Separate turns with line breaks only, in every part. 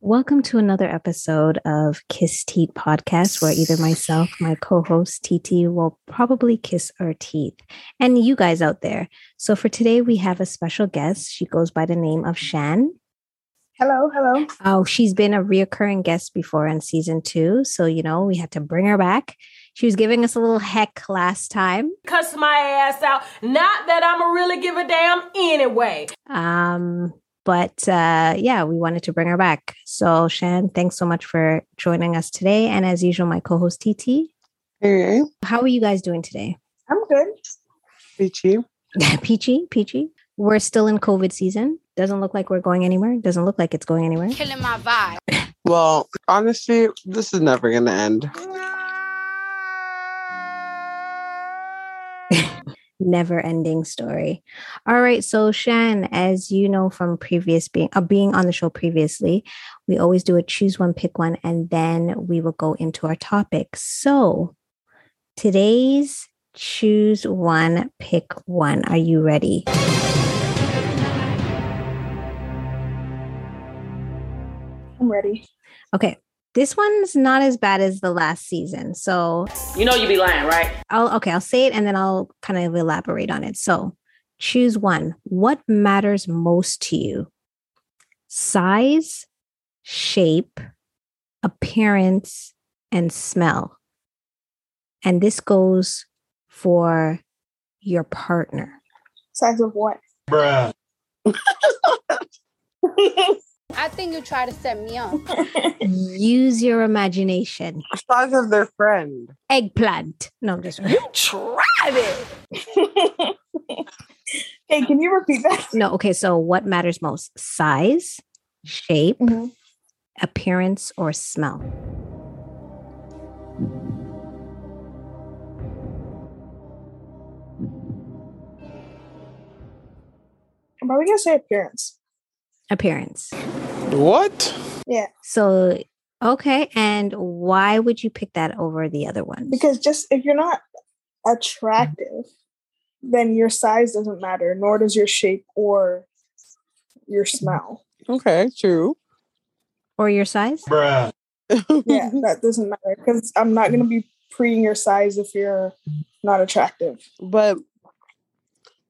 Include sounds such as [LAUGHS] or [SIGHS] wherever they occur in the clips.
Welcome to another episode of Kiss Teeth Podcast, where either myself, my co host TT, will probably kiss our teeth, and you guys out there. So, for today, we have a special guest. She goes by the name of Shan.
Hello, hello.
Oh, she's been a reoccurring guest before in season two. So, you know, we had to bring her back. She was giving us a little heck last time.
Cuss my ass out. Not that I'm a really give a damn anyway.
Um, but uh, yeah, we wanted to bring her back. So, Shan, thanks so much for joining us today. And as usual, my co host, TT.
Hey,
How are you guys doing today? [LAUGHS]
I'm good.
Peachy.
peachy, peachy. We're still in COVID season. Doesn't look like we're going anywhere. Doesn't look like it's going anywhere.
killing my vibe.
Well, honestly, this is never going to end.
Never ending story. All right. So, Shan, as you know from previous being uh, being on the show previously, we always do a choose one, pick one, and then we will go into our topic. So, today's choose one, pick one. Are you ready?
I'm ready.
Okay. This one's not as bad as the last season. So,
You know you be lying, right?
I'll okay, I'll say it and then I'll kind of elaborate on it. So choose one. What matters most to you? Size, shape, appearance, and smell. And this goes for your partner.
Size of what?
Bruh.
I think you try to set me up.
Use your imagination.
Size of their friend.
Eggplant. No, I'm just
[LAUGHS] hey, can you repeat that?
no. Okay, so what matters most? Size, shape,
Mhm.
appearance, or smell?
I'm probably gonna say appearance.
Appearance.
What?
So, okay. And why would you pick that over the other one?
Because just if you're not attractive, then your size doesn't matter, nor does your shape or your smell.
Okay, true.
or your size?
Bruh. [LAUGHS]
Yeah, that doesn't matter because I'm not gonna be preying your size if you're not attractive.
But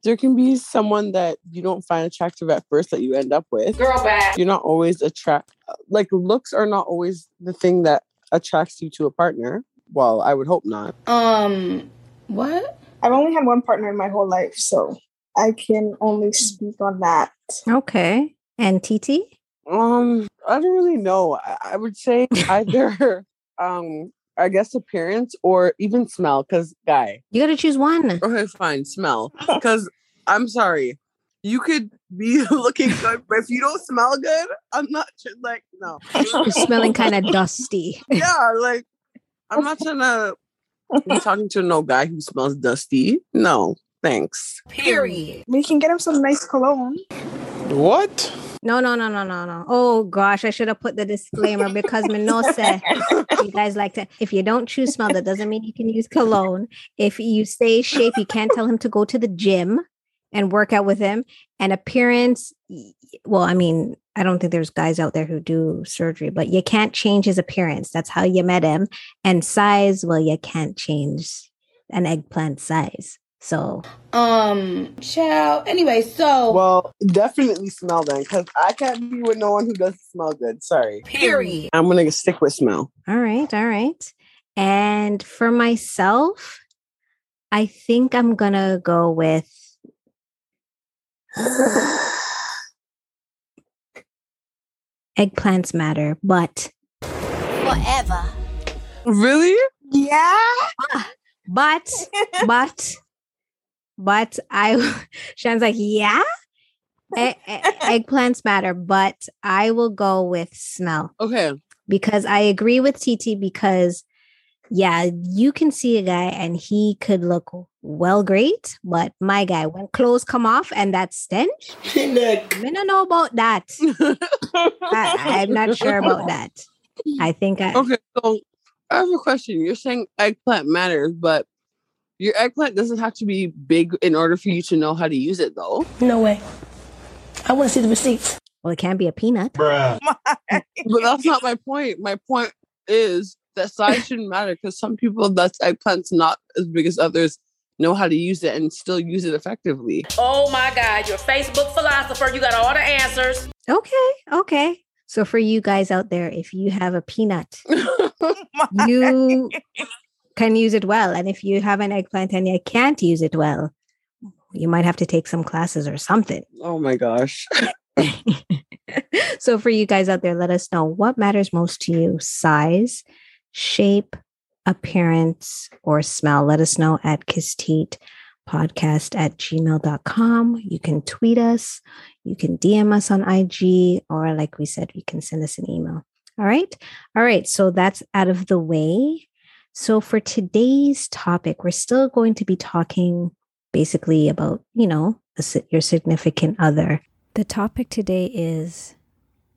there can be someone that you don't find attractive at first that you end up with.
Girl bad.
You're not always attract like looks are not always the thing that attracts you to a partner. Well, I would hope not.
Um, what?
I've only had one partner in my whole life, so I can
Mm.
only speak on that.
Okay. And TT?
Um, I don't really know. I, I would [LAUGHS] say either um I guess appearance or even smell cuz guy.
You got to choose
[LAUGHS]
one.
Okay, fine. [LAUGHS] Smell. Because I'm sorry. You could be [LAUGHS] looking good, but if you don't smell good, I'm not tr- like, no.
You're smelling kind of dusty.
Yeah, like, I'm not trying [LAUGHS] to be talking to no guy who smells dusty. No, thanks.
Period.
We can get him some nice
[LAUGHS]
cologne.
What?
No, no, no, no, no, no. Oh gosh, I should have put the disclaimer because Minose, you guys like to. If you don't choose smell, that doesn't mean you can use cologne. If you say shape, you can't tell him to go to the gym and work out with him. And appearance, y- well, I mean, I don't think there's guys out there who do surgery, but you can't change his appearance. That's how you met him. And size, well, you can't change an eggplant size. So
Um, child. Anyway, so
Well, definitely smell then, because I can't be with no one who doesn't smell good. Sorry.
period.
I'm going to stick with [SIGHS] smell.
All right, all right. And for myself, I think I'm gonna go with eggplants matter, but
Forever.
Really?
Yeah.
but but but I [LAUGHS] Shan's like, yeah, e- e- eggplants matter, but I will go with smell.
Okay. [LAUGHS]
because I agree with TT because yeah, you can see a guy and he could look well great, but my guy, when clothes come off and that stench,
Look.
I don't know about that. I, I'm not sure
[LAUGHS]
about that. I think I
Okay, so I have a question. You're saying eggplant matters, but your eggplant doesn't have to be big in order for you to know how to use it, though.
No way. I want to see the receipts.
well, it can be a peanut.
Bruh.
But
[LAUGHS]
that's not my point. My point is that size shouldn't matter because some people that's eggplant's not as big as others know how to use it and still use it effectively. [LAUGHS]
Oh my God, you're a Facebook philosopher. You got all the answers.
Okay, okay. So for you guys out there, if you have a peanut, you can use it well. And if you have an eggplant and you can't use it well, you might have to take some classes or something.
oh my gosh.
[LAUGHS] so for you guys out there, let us know what matters most to you size, shape, appearance, or smell. Let us know at Kisteet podcast at gmail.com. You can tweet us, you can DM us on IG, or like we said, you can send us an email. All right. All right. So that's out of the way. So for today's topic, we're still going to be talking basically about, you know, a si- your significant other. The topic today is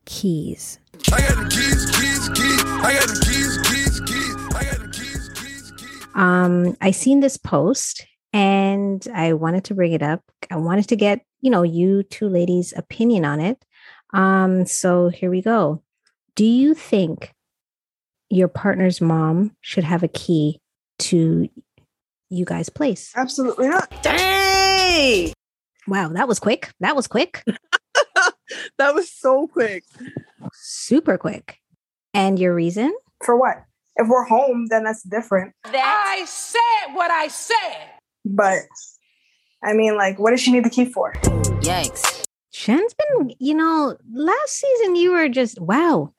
keys.
I got the keys, keys, keys. I got the keys, keys, keys. I got the keys, keys, keys.
Um, I seen this post and I wanted to bring it up. I wanted to get, you know, you two ladies' opinion on it. Um, so here we go. Do you think your partner's mom should have a key to you guys' place?
Absolutely not.
Dang!
Wow, that was quick. That was quick.
that was so quick.
Super quick. And your reason?
For what? If we're home, then that's different.
I said what I said.
But I mean, like, what does she need the key for?
Yikes.
Shen's been, you know, last season you were just wow,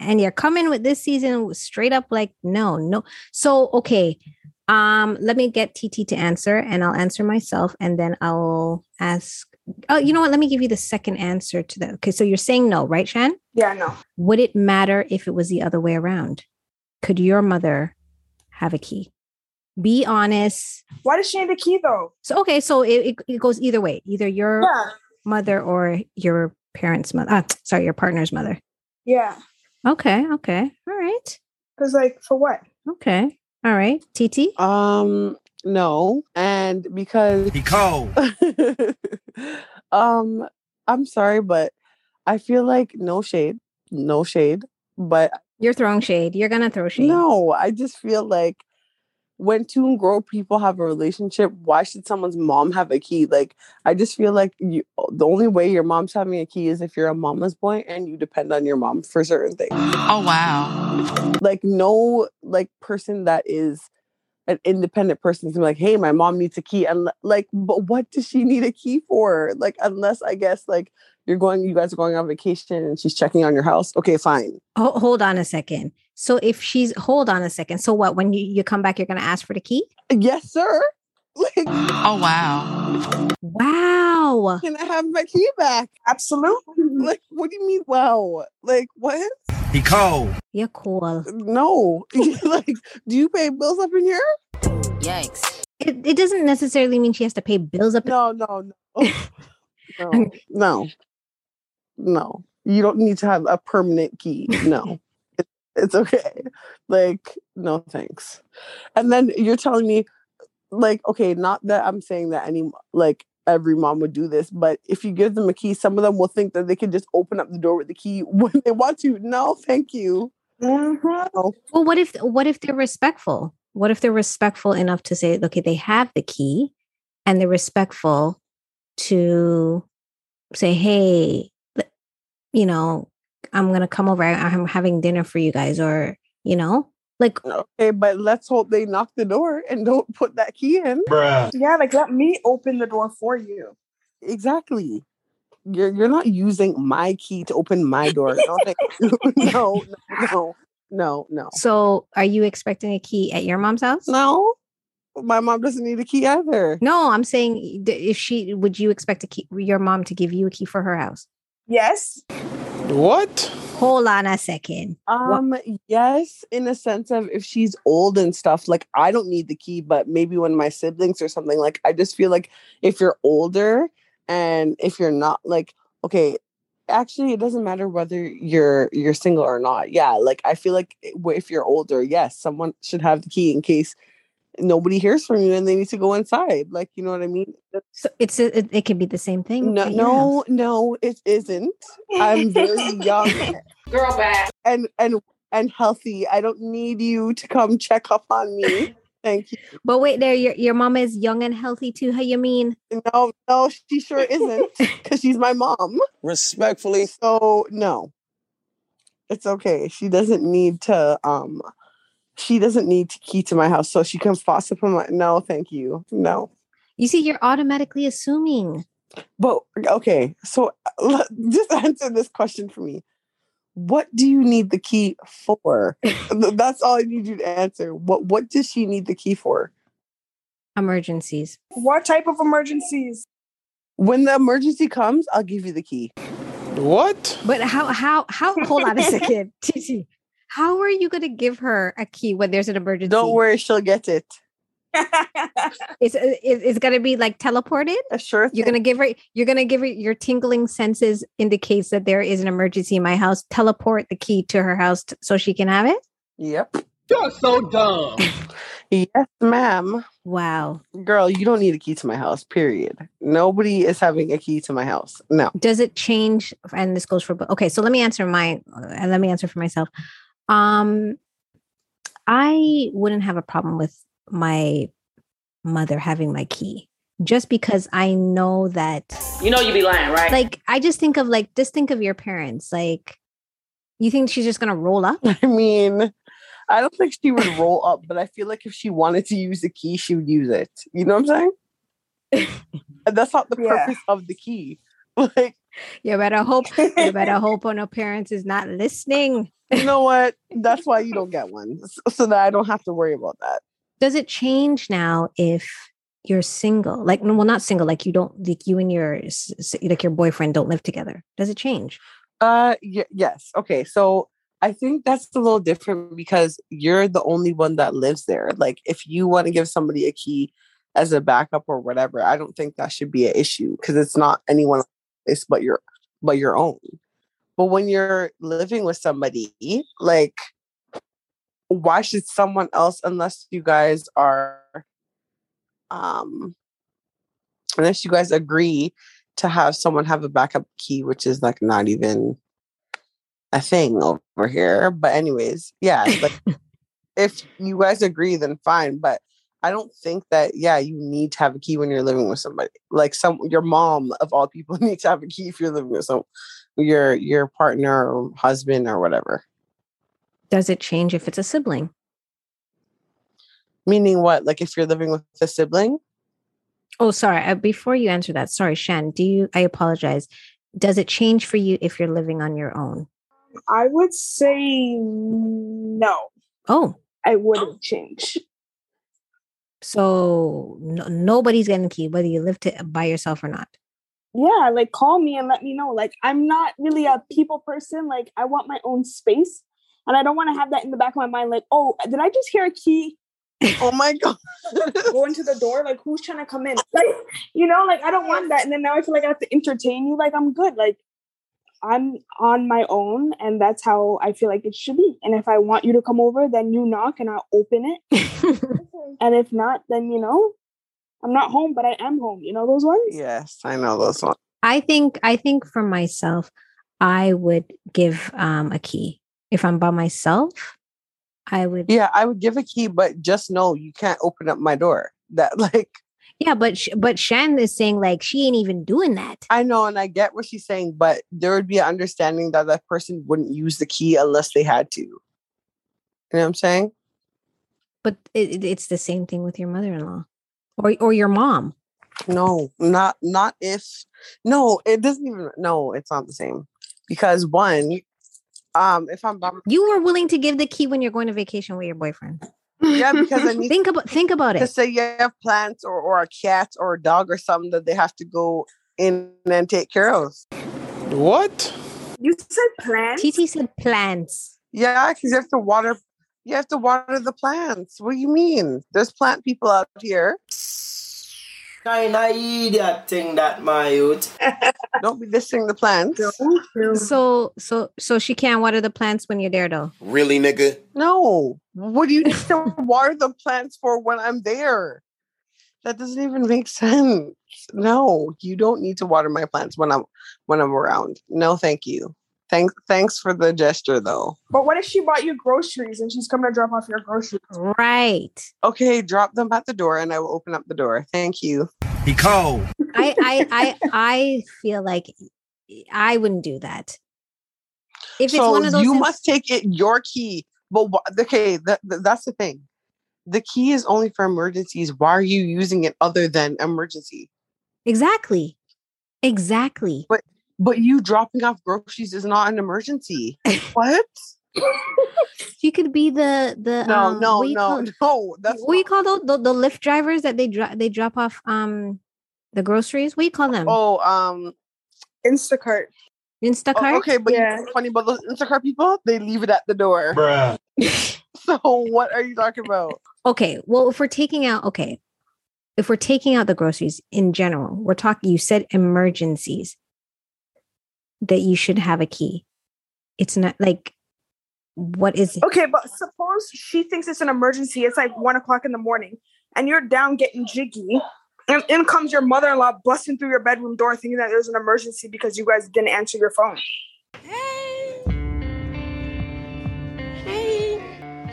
and you're coming with this season straight up like no no so okay um let me get tt to answer and i'll answer myself and then i'll ask oh you know what let me give you the second answer to that okay so you're saying no right shan
Yeah, no.
would it matter if it was the other way around could your mother have a key be honest
Why does she need the key though?
so okay so it, it, it goes either way either your
Yeah,
mother or your parents mother ah, sorry your partner's mother
yeah.
okay okay all right
Because like, for what?
Okay. All right. TT.
[LAUGHS] Um, no, and because
He cold.
[LAUGHS] um, I'm sorry, but I feel like no shade, no shade, but
You're throwing shade. You're gonna throw shade.
no, I just feel like when two grown people have a relationship, why should someone's mom have a key? Like, I just feel like you, the only way your mom's having a key is if you're a mama's boy and you depend on your mom for certain things.
Oh, wow.
like no like person that is an independent person is gonna be like hey my mom needs a key and like but what does she need a key for like unless i guess like you're going you guys are going on vacation and she's checking on your house okay fine
Ho- hold on a second. So if she's hold on a second. So what? When you, you come back, you're gonna ask for the key?
yes sir [LAUGHS] like
Oh, wow.
Wow.
can i have my key back
Absolutely.
[LAUGHS] like what do you mean wow like what
He cold.
You're cool.
no [LAUGHS] like do you pay bills up in here
Yikes.
It, it doesn't necessarily mean she has to pay bills up.
no no no no no no you don't need to have a permanent key no It- it's okay like no thanks and then you're telling me like okay not that i'm saying that any like every mom would do this but if you give them a key some of them will think that they can just open up the door with the key [LAUGHS] when they want to no thank you Mm-hmm.
Mhm.
Well, what if what if they're respectful? What if they're respectful enough to say, okay, they have the key, and they're respectful to say, hey, th- you know, I'm gonna come over. I- I'm having dinner for you guys, or you know, like
okay but let's hope they knock the door and don't put that key in
Bruh.
Yeah, like let me open the door for you.
Exactly. You're you're not using my key to open my door. No, thank you. [LAUGHS] no, no, no, no,
So, are you expecting a key at your mom's house?
no. My mom doesn't need a key either.
No, I'm saying d- if she would you expect a key, your mom to give you a key for her house?
Yes.
What?
hold on a second.
Um, yes, in the sense of if she's old and stuff, like I don't need the key, but maybe one of my siblings or something. Like I just feel like if you're older and if you're not like okay, actually it doesn't matter whether you're you're single or not. Yeah, like I feel like eh, w- if you're older, yes, someone should have the key in case nobody hears from you and they need to go inside. Like you know what I mean?
So it's a, it, it could be the same thing.
No,
at your house.
no, no, it isn't. I'm very
[LAUGHS]
young
Girl, back.
and and and healthy. I don't need you to come check up on me. Thank you.
But wait, there, your your mama is young and healthy too. How you mean?
No, no, she sure isn't because she's my mom.
Respectfully,
So no, it's okay. She doesn't need to. Um, she doesn't need to key to my house, so she can foster from my. No, thank you. No,
You see, you're automatically assuming.
but okay. So let- just [LAUGHS] answer this question for me. What do you need the key for? That's all I need you to answer. What What does she need the key for?
Emergencies.
What type of
[LAUGHS]
emergencies?
When the emergency comes, I'll give you the key.
what?
But how how how hold
[LAUGHS]
on a second. Titi, how are you gonna give her a key when there's an emergency?
Don't worry, she'll get it.
It's it- it's gonna be like teleported.
A sure
You're
thing.
gonna give her you're gonna give her your tingling senses indicates that there is an emergency in my house. Teleport the key to her house t- so she can have it.
Yep. You're so dumb. [LAUGHS] yes, ma'am.
Wow.
Girl, you don't need a key to my house, period. Nobody is having a key to my house. No. [LAUGHS]
does it change and this goes for bo- okay so let me answer my and let me answer for myself um i wouldn't have a problem with my mother having my key just because i know that
You know you be lying, right?
like i just think of like just think of your parents like you think she's just gonna roll up
I mean, I don't think she would roll up, but I feel like if she wanted to use the key, she would use it. You know what I'm saying? [LAUGHS] And That's not the
Yeah.
purpose of the key. [LAUGHS] Like,
you better hope you better hope on her parents is not listening
you know what? That's why you don't get one. So, so that I don't have to worry about that.
does it change now if you're single like no, well not single like you don't like you and your s- s- like your boyfriend don't live together does it change
Uh, y- yes. Okay. So I think that's a little different because you're the only one that lives there. Like, if you want to give somebody a key as a backup or whatever, I don't think that should be an issue because it's not anyone else's but your but your own. But when you're living with somebody, like, why should someone else, unless you guys are, um, unless you guys agree to have someone have a backup key, which is like not even a thing over here. But anyways, yeah, it's like if you guys agree, then fine. But I don't think that yeah, you need to have a key when you're living with somebody. Like some your mom of all people [LAUGHS] needs to have a key if you're living with some your your partner or husband or whatever.
does it change if it's a sibling
Meaning what? Like if you're living with a sibling?
oh sorry uh, before you answer that sorry shan do you i apologize does it change for you if you're living on your own
I would say no.
oh
I wouldn't change.
so no, nobody's getting key whether you live to by yourself or not [LAUGHS]
Yeah, like call me and let me know. Like I'm not really a people person. Like I want my own space. And I don't want to have that in the back of my mind, like, oh, did I just hear a key
Oh my god.
go
[LAUGHS]
into the door? Like, who's trying to come in? [LAUGHS] Like, you know, like I don't want that. And then now I feel like I have to entertain you. Like, I'm good. Like, I'm on my own, and that's how I feel like it should be. And if I want you to come over, then you knock and I'll open it. And if not, then you know, I'm not home, but I am home. You know those ones?
yes, I know those ones.
I think I think for myself, I would give um a key. If I'm by myself, I would yeah,
Yeah, I would give a key, but just know you can't open up my door. That [LAUGHS] like
but sh- but Shan is saying like she ain't even doing that.
I know, and I get what she's saying, but there would be an understanding that that person wouldn't use the key unless they had to. You know what I'm saying?
But it, it- it's the same thing with your mother-in-law or or your mom.
No, not not if no, it doesn't even no, it's not the same. Because one, um, if I'm by my-
You were willing to give the key when you're going to vacation with your boyfriend.
yeah, because I need
Think about think about
to
it.
say you have plants or, or a cat or a dog or something that they have to go in and take care of.
What?
You said plants.
TT said plants.
Yeah, because you have to water. You have to water the plants. What do you mean? There's plant people out here.
Kind of idiot thing that, my youth.
Don't be dissing the plants.
Oh.
So so so she can't water the plants when you're there though.
Really, nigga?
No. What do you need to [LAUGHS] water the plants for when I'm there? That doesn't even make sense. No, you don't need to water my plants when I'm when I'm around. No, thank you. Thanks thanks for the gesture though.
But what if she bought you groceries and she's coming to drop off your groceries?
Right.
Okay, drop them at the door and I will open up the door. Thank you.
He cold.
I
[LAUGHS]
I I I feel like e, I wouldn't do that. If it's
so
one of those
you
ins-
must take it your key. But wh- okay, that, that- that's the thing. The key is only for emergencies. Why are you using it other than emergency?
Exactly. Exactly.
But you dropping off groceries is not an
[LAUGHS]
emergency. what?
She could be the the
No,
um,
no,
what you
no,
call-
[LAUGHS] no. That's
what do you
not-
call those the, the lift drivers that they drop they drop off um the groceries? What do you call them?
Oh, um,
Instacart.
oh,
Instacart?
okay, but
Yeah.
you know what's funny about those Instacart people, they leave it at the door.
Bruh.
[LAUGHS] So what are you talking about?
okay well if we're taking out okay if we're taking out the groceries in general we're talking you said emergencies that you should have a key it's not like what is it
Okay, but suppose she thinks it's an emergency. It's like one o'clock in the morning, and you're down getting jiggy, and in comes your mother-in-law busting through your bedroom door, thinking that there's an emergency because you guys didn't answer your phone.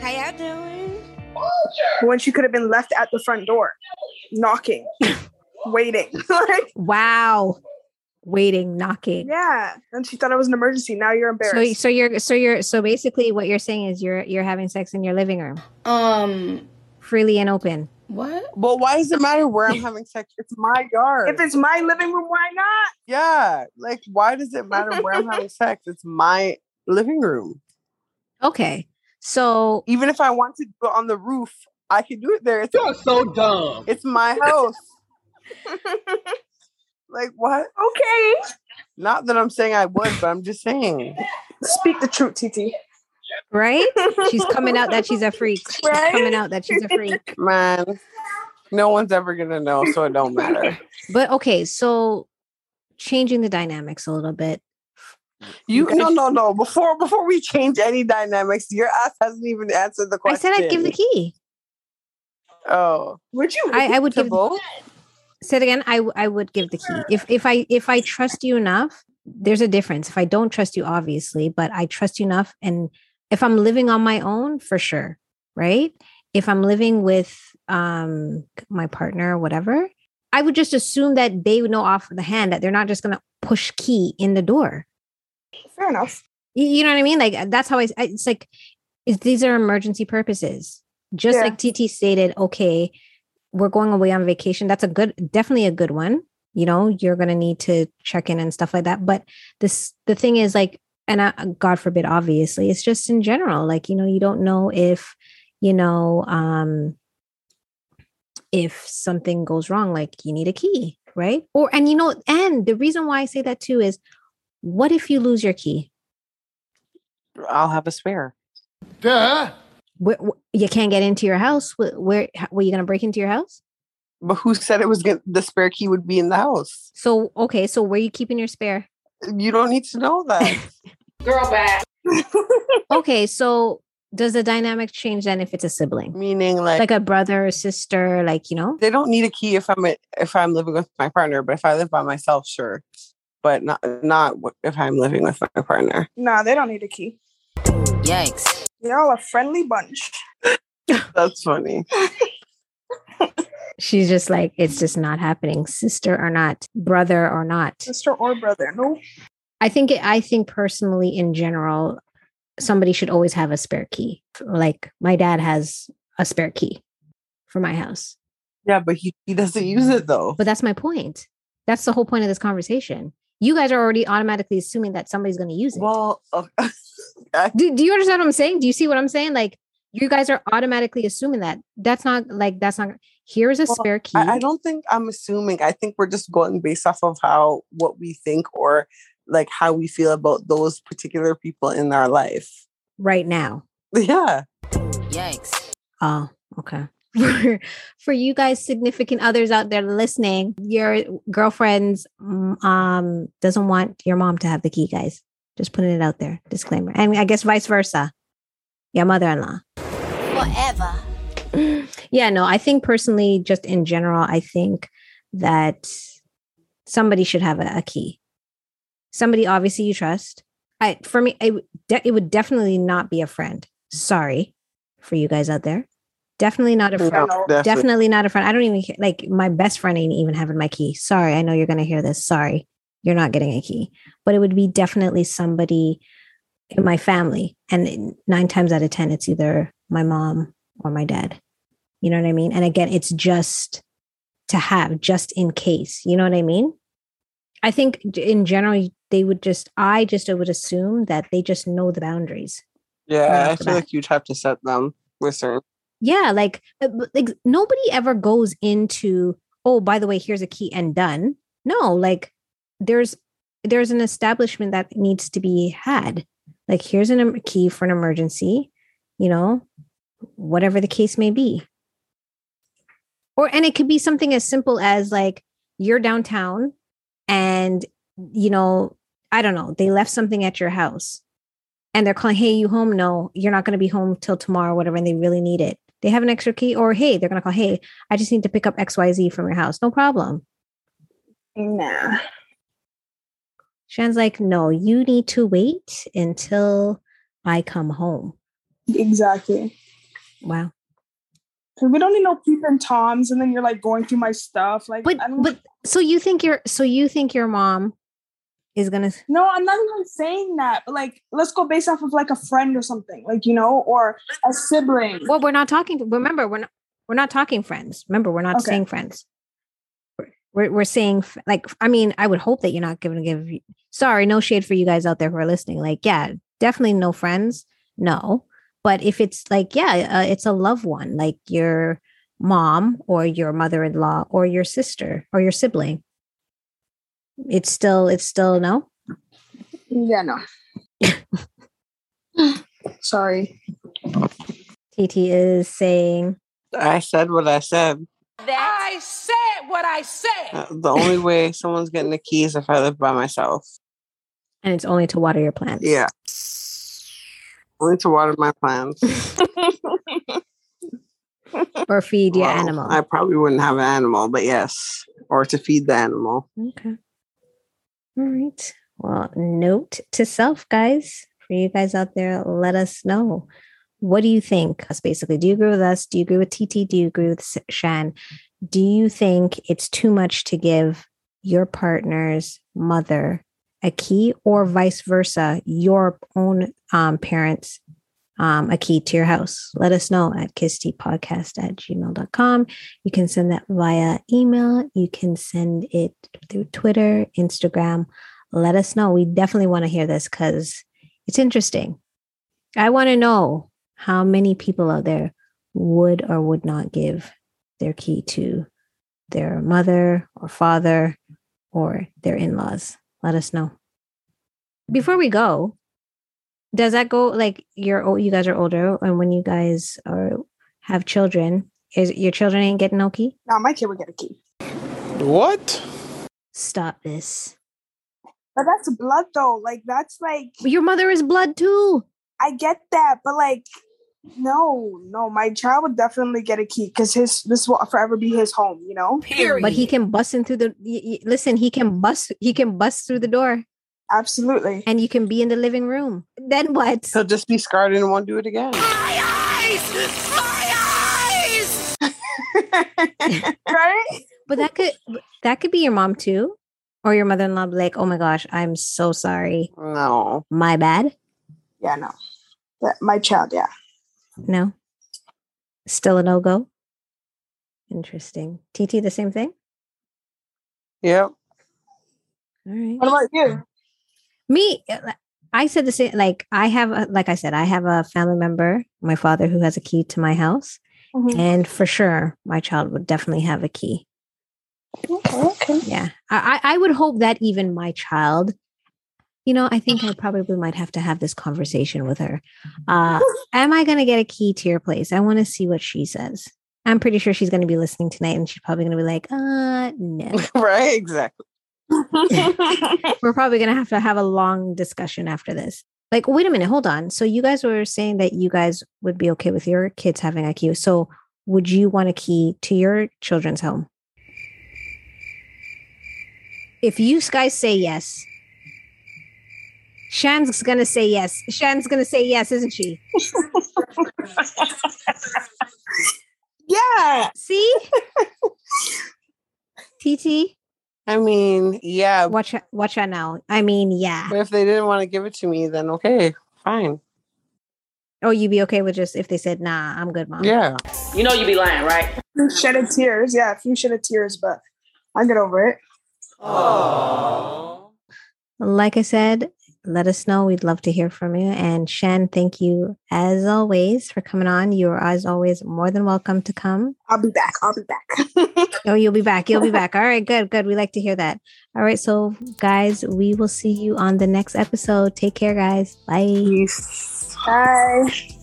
How y'all doing?
When she could have been left at the front door, knocking, [LAUGHS] waiting. [LAUGHS] like,
wow waiting knocking
yeah, and she thought it was an emergency. Now you're
so
embarrassed.
so you're so you're so basically what you're saying is you're you're having sex in your living room
Um,
freely and open
what?
But why does it matter where I'm having sex? It's my yard.
if it's my living room, why not?
yeah, like why does it matter where I'm
[LAUGHS]
having sex? It's my living room.
okay so
Even if I want to do it on the roof, I can do it there. It's
You're so dumb.
it's my house. like what?
Okay.
Not that I'm saying I would, but I'm just saying.
Speak the truth, TT.
right she's coming out that she's a freak she's
Right?
coming out that she's a freak
Man, no one's ever gonna know, so it don't matter.
But okay, so changing the dynamics a little bit.
You no no no. Before before we change any dynamics, your ass hasn't even answered the
I
question.
said I'd give the key.
Oh,
[LAUGHS] Would you?
I, I would
to
give.
both.
Say it again. I w- I would give the key if if I if I trust you enough. There's a difference. If I don't trust you, obviously, but I trust you enough, and if I'm living on my own, for sure, right? If I'm living with um my partner or whatever, I would just assume that they would know off the hand that they're not just gonna push key in the door.
Fair enough. [LAUGHS]
Y- You know what I mean? Like that's how I. I- It's like is these are emergency purposes. Just
Yeah.
like TT stated, okay, we're going away on vacation. That's a good, definitely a good one. You know, you're gonna need to check in and stuff like that. But this, the thing is, like, and I, God forbid, obviously, it's just in general. Like, you know, you don't know if, you know, um, if something goes wrong, like you need a key, right? Or and you know, and the reason why I say that too is, what if you lose your key?
I'll have a spare.
Duh.
where, wh- you can't get into your house. Where, where h- were you going to break into your house?
But who said it was gonna, the spare key would be in the house?
So okay, so where you keeping your spare?
You don't need to know that.
Girl back.
[LAUGHS] Okay, so does the dynamic change then if it's a sibling,
Meaning, like,
like a brother or sister, like you know?
they don't need a key if I'm a, if I'm living with my partner. But if I live by myself, sure. But not not w- if I'm living with my partner.
Nah, they don't need a key.
Yikes.
They're all a friendly bunch.
That's funny.
She's just like it's just not happening, sister or not, brother or not.
Sister or brother. No.
I think it, I think personally in general, somebody should always have a spare key. Like my dad has a spare key for my house,
Yeah, but he, he doesn't use it though.
but that's my point. That's the whole point of this conversation. You guys are already automatically assuming that somebody's going to use it.
Well, okay. [LAUGHS] I
do, do you understand what I'm saying? Do you see what I'm saying? Like you guys are automatically assuming that. That's not like that's not here is a
Well,
spare key.
I, I don't think I'm assuming. I think we're just going based off of how what we think or like how we feel about those particular people in our life. [LAUGHS]
right now.
Yeah.
Yikes.
Oh, okay. [LAUGHS] For, for you guys, significant others out there listening, your girlfriend's mm, um doesn't want your mom to have the key, guys. Just putting it out there. Disclaimer. And I guess vice versa. Your mother-in-law.
Forever.
yeah, no, I think personally, just in general, I think that somebody should have a, a key. Somebody obviously you trust. I for me, it, would de- it would definitely not be a friend. Sorry for you guys out there. Definitely not a
No,
friend.
definitely.
Definitely not a friend. I don't even ca- like my best friend ain't even having my key. Sorry, I know you're gonna hear this. Sorry, you're not getting a key. But it would be definitely somebody in my family. And in- nine times out of ten, it's either my mom or my dad. You know what I mean? And again, it's just to have, just in case. You know what I mean? I think j- in general, they would just, I just would assume that they just know the boundaries.
Yeah. I
After
feel
that.
like you'd have to set them with certain
Yeah, like uh, b- like nobody ever goes into, oh, by the way, here's a key and done. No, like there's there's an establishment that needs to be had. Like here's an em- key for an emergency, you know, whatever the case may be. Or and it could be something as simple as like you're downtown and you know, I don't know, they left something at your house and they're calling, hey, you home? No, you're not going to be home till tomorrow, whatever. And they really need it. They have an extra key, or hey, they're going to call, hey, I just need to pick up XYZ from your house. No problem.
Nah.
Shan's like, no, you need to wait until I come home.
Exactly.
Wow.
Because we don't need no peep and toms, and then you're like going through my stuff. Like,
But,
I don't
but, so you think your, so you think your mom is going to,
No, I'm not even saying that. But like, let's go based off of like a friend or something, like you know, or a sibling.
well, we're not talking, remember, we're not, we're not talking friends. Remember, we're not
Okay.
saying friends. We're- We're, we're saying f- like I mean I would hope that you're not going to give sorry no shade for you guys out there who are listening like yeah definitely no friends no but if it's like yeah uh, it's a loved one like your mom or your mother-in-law or your sister or your sibling it's still it's still no
Yeah,
[LAUGHS]
no. Sorry.
tt is saying
I said what I said.
I said what I said.
Uh, The only way someone's getting the keys if I live by myself.
and it's only to water your plants
Yeah. Only to water my plants.
or feed your
Well,
animal
I probably wouldn't have an animal, but yes. Or to feed the animal.
Okay. All right. Well, note to self, guys, for you guys out there, let us know. What do you think? Us basically, do you agree with us? Do you agree with TT? Do you agree with S- Shan? Do you think it's too much to give your partner's mother a key, or vice versa, your own um, parents um, a key to your house? Let us know at kisstpodcast at gmail.com. You can send that via email. You can send it through Twitter, Instagram. Let us know. We definitely want to hear this because it's interesting. I want to know how many people out there would or would not give their key to their mother or father or their in laws. Let us know. Before we go, does that go like you're old, you guys are older and when you guys are have children, is your children ain't getting no key?
Now my kid would get a key.
What?
Stop this.
But that's blood though. Like that's like
Your mother is blood too.
I get that, but like no, no, my child would definitely get a key because his this will forever be his home, you know?
Period.
But he can bust in through the y- y- listen, he can bust he can bust through the door
Absolutely.
and you can be in the living room. Then what?
He'll just be scarred and won't do it again.
right?
But that could that could be your mom too. Or your mother-in-law be like, oh my gosh, I'm so sorry.
No.
My bad.
Yeah, no. That, my child, yeah.
No. Still a no-go. Interesting. TT, the same thing?
Yep.
All right.
What about you?
me uh, i said the same like i have a, like i said i have a family member my father who has a key to my house
Mhm.
and for sure my child would definitely have a key
Okay, okay.
yeah I, I I would hope that even my child you know, I think I probably might have to have this conversation with her. Uh, am I going to get a key to your place? I want to see what she says. I'm pretty sure she's going to be listening tonight and she's probably going to be like, uh, no.
[LAUGHS] right? Exactly.
We're probably going to have to have a long discussion after this. Like, wait a minute, hold on. So, you guys were saying that you guys would be okay with your kids having a key. So, would you want a key to your children's home? If you guys say yes, Shan's gonna say yes. Shan's gonna say yes, isn't she?
yeah.
[LAUGHS]
See? TT,
I mean, yeah.
watch out- watch out now. I mean, yeah.
But if they didn't want to give it to me, then okay, fine.
Oh, you'd be okay with just if they said, nah, I'm good, mom.
Yeah.
You know you be lying, right?
Few shed of tears. Yeah, a few shed of tears, but I get over it.
Like I said, let us know. We'd love to hear from you. And Shan, thank you as always for coming on. You are, as always, more than welcome to come.
I'll be back. I'll be back. [LAUGHS]
Oh, you'll be back. You'll be back. All right, good, good. We like to hear that. All right, so guys, we will see you on the next episode. Take care, guys. Bye.
Peace.
Bye.